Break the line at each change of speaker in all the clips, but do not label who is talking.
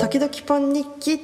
時々パン日記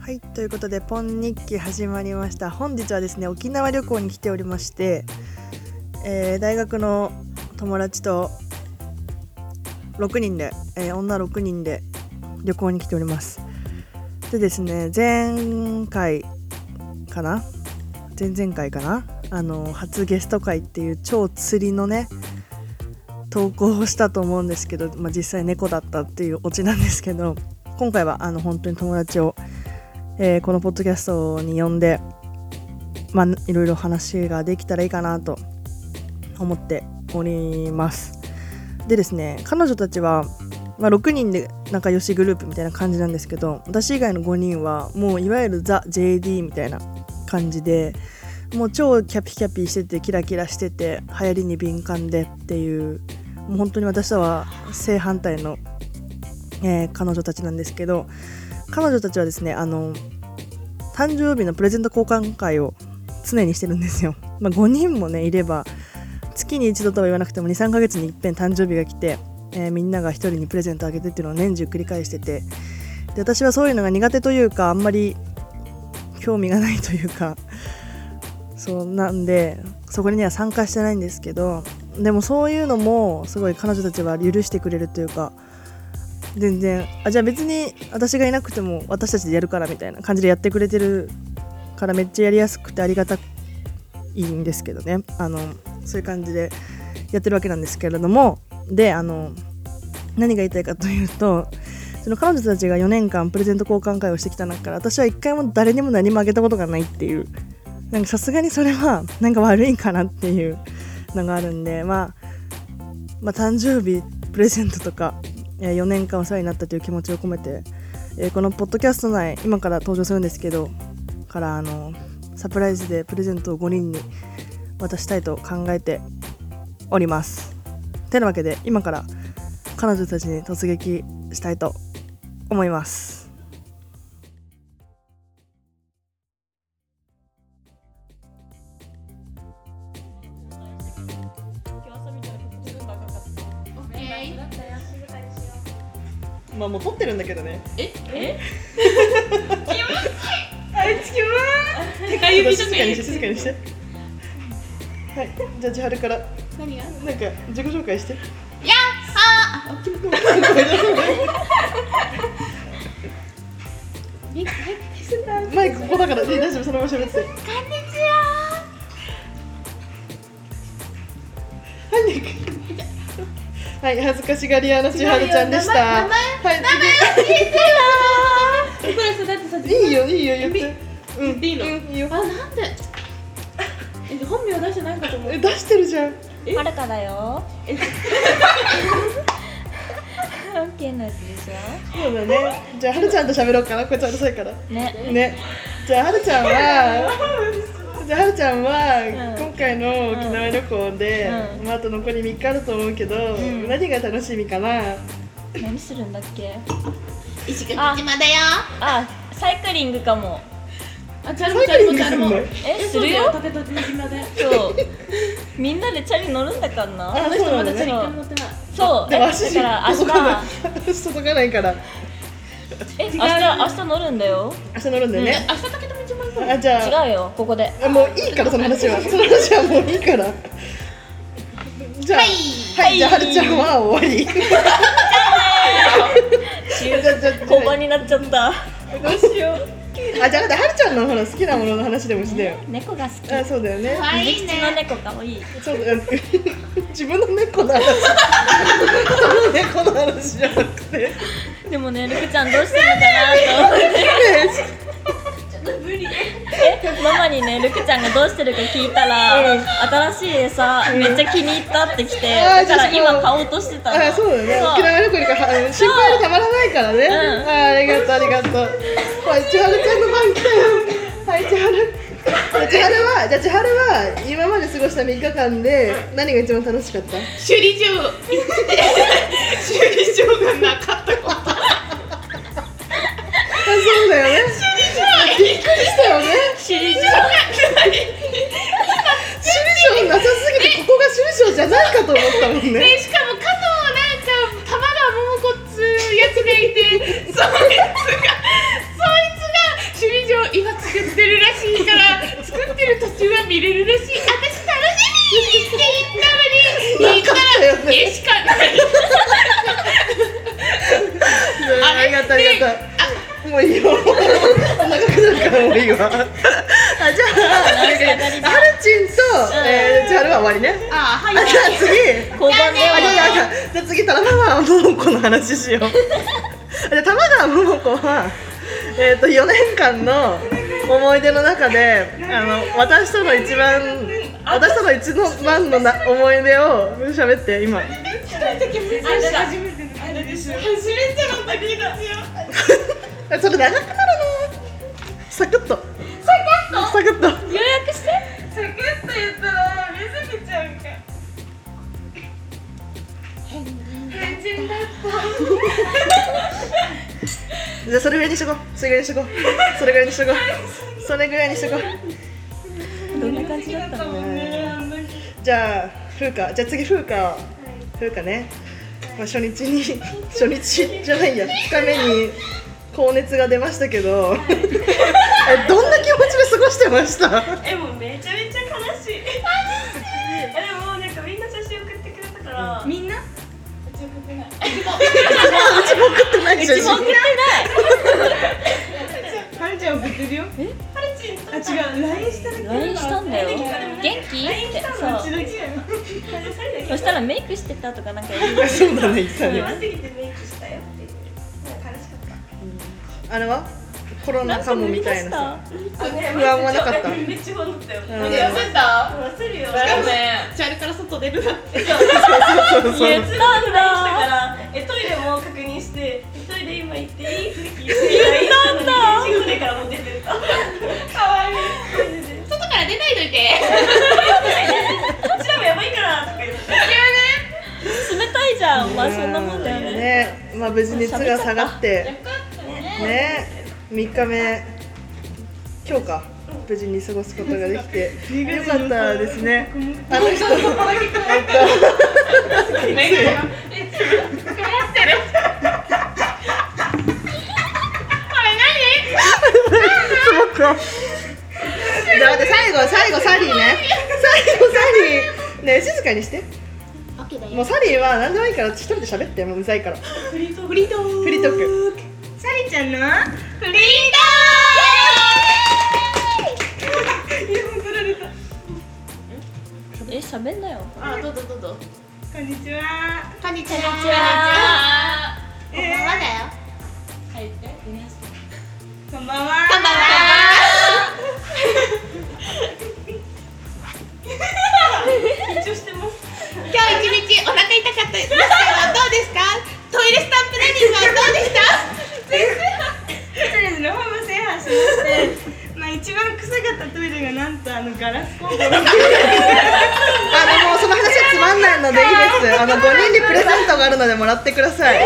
はいということで「ポン日記」始まりました本日はですね沖縄旅行に来ておりまして、えー大学の友達と6人で、えー女6人で旅行に来ておりますでですね前回かな前々回かなあの初ゲスト会っていう超釣りのね投稿をしたと思うんですけど、まあ、実際猫だったっていうオチなんですけど今回はあの本当に友達を、えーこのポッドキャストに呼んで、まあ、いろいろ話ができたらいいかなと思っておりますでですね彼女たちは、まあ、6人で仲良しグループみたいな感じなんですけど私以外の5人はもういわゆるザ・ JD みたいな感じでもう超キャピキャピしててキラキラしてて流行りに敏感でっていうもう本当に私とは正反対の、えー彼女たちなんですけど彼女たちはですねあの誕生日のプレゼント交換会を常にしてるんですよ、まあ、5人もねいれば月に一度とは言わなくても23ヶ月に一遍誕生日が来て、えーみんなが一人にプレゼントあげてっていうのを年中繰り返しててで私はそういうのが苦手というかあんまり興味がないというか そうなんでそこには参加してないんですけどでもそういうのもすごい彼女たちは許してくれるというか全然あじゃあ別に私がいなくても私たちでやるからみたいな感じでやってくれてるからめっちゃやりやすくてありがたいんですけどねあのそういう感じでやってるわけなんですけれどもであの何が言いたいかというとその彼女たちが4年間プレゼント交換会をしてきた中から私は1回も誰にも何もあげたことがないっていうなんかさすがにそれはなんか悪いかなっていうのがあるんで、まあ、まあ誕生日プレゼントとか、え4年間お世話になったという気持ちを込めて、えーこのポッドキャスト内今から登場するんですけどからあのサプライズでプレゼントを5人に渡したいと考えております。てなわけで今から彼女たちに突撃したいと思います。まあもう撮ってるんだけどね。
ええ気持ちいいあ気持ちいい手が指とかいい
静かにして。はい、じゃあ千春から
何が
なんか自己紹介して。
やっはーあええこんに
マイクここだから、ね、大丈夫そのまま喋って。
ちは
はい、恥ずかしがり屋の千春ちゃんでした。
名前
はい、
名前聞いてよーこれさだってさ自分
いいよいいよ言って。
言っていいの
うん、いいよ
あ。なんでえ本名出してないかと思う
え出してるじゃん。
はるかだよ。
え
オッケーなやつでし
そうだね。じゃあはるちゃんと喋ろうかな。こっちはうるさいから。
ょ。ね。
ね。じゃあはるちゃんは。じゃあはるちゃんは、
うん
今回の沖縄旅行で、
うん
まああと残り3日あると思うけど、
ん
何が楽しみかな。
何するんだっけ。
石垣島だよ
あ、サイクリングかも。
あちゃん
サ
も
イ
ちゃ
ク
ん
リン
もち
グ
ゃ
す
ん
る
も
の？
え、
え
す
そうだ
る
よ
よ。
立て立ての島で
そう。みんなでチャリ乗るんだから
あ
な。
の人まだチャリ
そ
一
うだね
回も乗ってない
そう。
で
え
も
だ
足
から明
届かない
日。。
足届かないから。
え、明日明日乗るんだよ。
明日乗るんだよ
明
ね。
日かけても一番いい
あじゃあ。
違うよ。ここで。
あもういいからその話はその話はもういいからじゃあはい、じゃあはるちゃんは終わり
し
じゃあじゃあじゃあ
交番になっちゃった。
どうしようあじゃあ待ってはるちゃんのほら好きなものの話でもしてよ、
猫が好き。
あそうだよね
可愛い
口の猫かわいい。
そうだよね 自分の猫の話 その猫の話じゃなくてね
でもね、ルクちゃんどうしてるのかなと思って。え、ママにね、ルクちゃんがどうしてるか聞いたら、
うん
新しい餌、めっちゃ気に入ったってきて、
あー
だから
じゃあその
今買おうとしてたの。
あそうだよね
そう
沖縄旅行にからあの心配がたまらないからね、
うん
あありがとうありがとうはい千春ちゃんの番来たよはい千春千春はじゃあ千春は今まで過ごした3日間で何が一番楽しかった
修理場行って修理場がなかったこと
シリジョ
首相なさすぎてここが首相じゃないかと思ったもん ね
でしかも加藤なんか玉川桃子っつうやつがいてそいつがそいつが首里城今作ってるらしいから作ってる途中は見れるらしい私楽しみって言ったのに言ったら絵しかない
ありがとうありがとうもういいよ長くなるからもういいわあじゃあ
何か足りない
ハルチンと、えー、千春は終わりね
あはい
あじゃあ次
交番で
あいやい
は
やいやじゃあ次玉川桃子の話しようあじゃあ玉川桃子はえっ、と4年間の思い出の中であの私との一番私との一番のな思い出を喋って今
初めて初めての時ですよ
それ長くなるなサクッとサクッとサクッと
予約して
サクッと言ったら目覚めちゃうか変人だ
じゃあそれぐらいにしとこうそれぐらいにしとこうそれぐらいにしとこうそれぐらいにしとこう
どんな感じだったの
もんねあの時
じゃあ風花じゃあ次風花風花ね、まあ、初日に 初日じゃないや2日目に高熱が出ましたけ どえどんな気持ちで過ごしてました
えもうめちゃめちゃ悲しい悲しいえでもなんかみんな写真送ってくれたから
みんな
うちも送ってない写真
はるちゃん送ってるよ
ハルチンと
あ違う LINE しただけ
LINE したんだよ元気ってそう
だけやな
二人だけ
そしたらメイクしてたとかなんか言う
そうだね言ってたね
暇すぎてメイクしたよっていうなんか悲しかった
あれはコロナかもみたいなさ不
不
安はなかった
めっちゃ不安だったよ
うん
痩せた
忘れるよ
ねチャルから外出るなって
そうそう
言ったんだ
からえトイレも確認してトイレ今行っていいって言ったんだ仕事だからもう出てった可愛いマジで
外から出ないといて
うちらもやばいからとか言って
冷たいじゃんまあそんなもんだよね
ねまあ無事熱が下がってね3日目今日か無事に過ごすことができてよかったですねあの人じゃあ待って最後最後サリーね最後サリーね静かにしてもうサリーは何でもいいから一人で喋ってもううざいからフリートークフリートーク
え喋んなよ
あどうぞどうぞ
こんにちは
こんにちはこんに
ちは
こんばんはだよ
こんばんは
こんばんは
緊張してます
今日一日お腹痛かったですけどどうですかトイレスタンプラリーはどうでした
トイレのホーム制覇しまして、まあ一番臭かったトイレがなんとあのガラス工房の
あでもその話はつまんないのでいいですあの5人にプレゼントがあるのでもらってください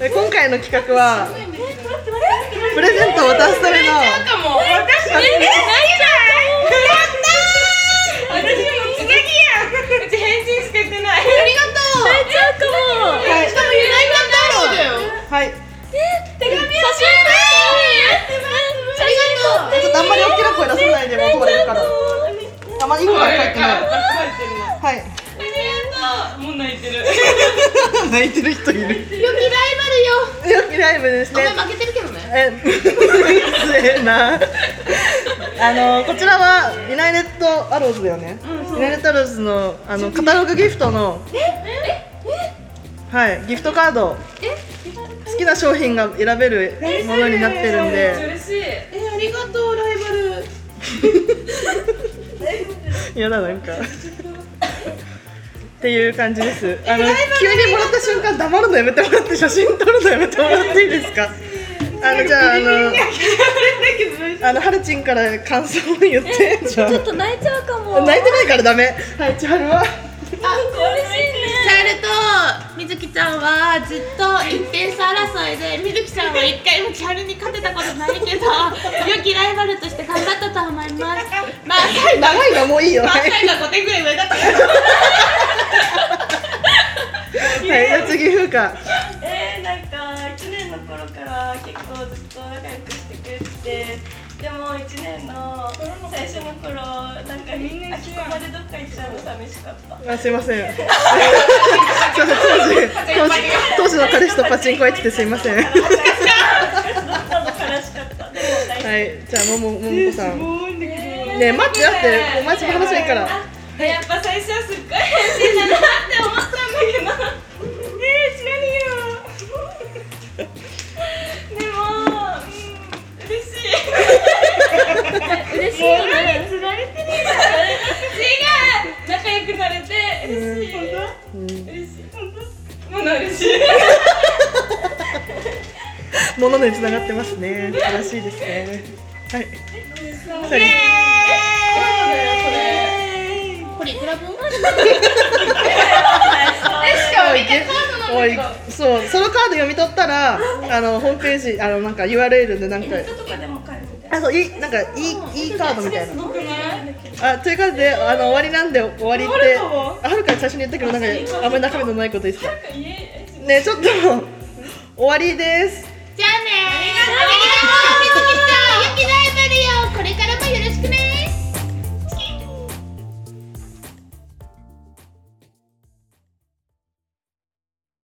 で今回の企画はプレゼントを渡すための
かも私
あ
私も次や
うち返信しかしてない。
ありがとう
泣いちゃうかも
はい
しかも由来感だよ
はい
手紙を写真撮って
ちょっとあんまり大きな声出さないでも怒られるからあまりいい声が入ってないはい
もう泣いてる。
泣いてる人いる
良きライバ
よきライブですね
ルよ負けてるけどね
え、うるせえな。あのこちらはユナイテッドアローズだよね。ユナイテッドアローズのあのカタログギフトの。はい、ギフトカード。好きな商品が選べるものになってるんで。
嬉しい。
えありがとうライバル
嫌だなんか。っていう感じです。あの急にもらった瞬間黙るのやめてもらって写真撮るのやめてもらっていいですか。あのじゃああのあのハルチンから感想を言って。じゃあ
ちょっと泣いちゃうかも
泣いてないからダメはい千春は
嬉しいね
チャールと水木きちゃんはずっと一点差争いでみずきちゃんは一回も千春に勝てたことないけど良きライバルとして頑張ったと思いますまあ
長いのもういいよ。はい。
最後が5点ぐらい上だったから
はいじゃあ次風花。
えー、なんか1年の頃から結構ずっと仲良くしてくれててでも1年の最初の頃なんかみんな秋葉までどっか行っちゃうの寂しかった
あすいま せん。すいません当時当時当時の彼氏とパチンコ行っててすいません。は
悲しかったでも大好き
いじゃあももももこさん。ねえ待って待ってお前その話はいいから。
やっぱ最初はすっごい変身だなって思ったんだけどねえ違うよでも、うん、嬉しい
嬉しいよね
釣られてねえだろ違う仲良くなれて嬉しい
うん
嬉しい本当もの嬉しい
物に繋がってますね。素晴らしいですね。はい。さ
これいくら分が
おいげおいそうそのカード読み取ったらあのホームページあのなんか URL でなんか
人とかでも買えるみたいな
あそういいなんかいいいいカードみたいな
すごくない
あということであの終わりなんで終わりって
はるかも
あはるかに最初に言ったけどなんかあんまり中身のないこと言ってた
家
ねちょっと終わりです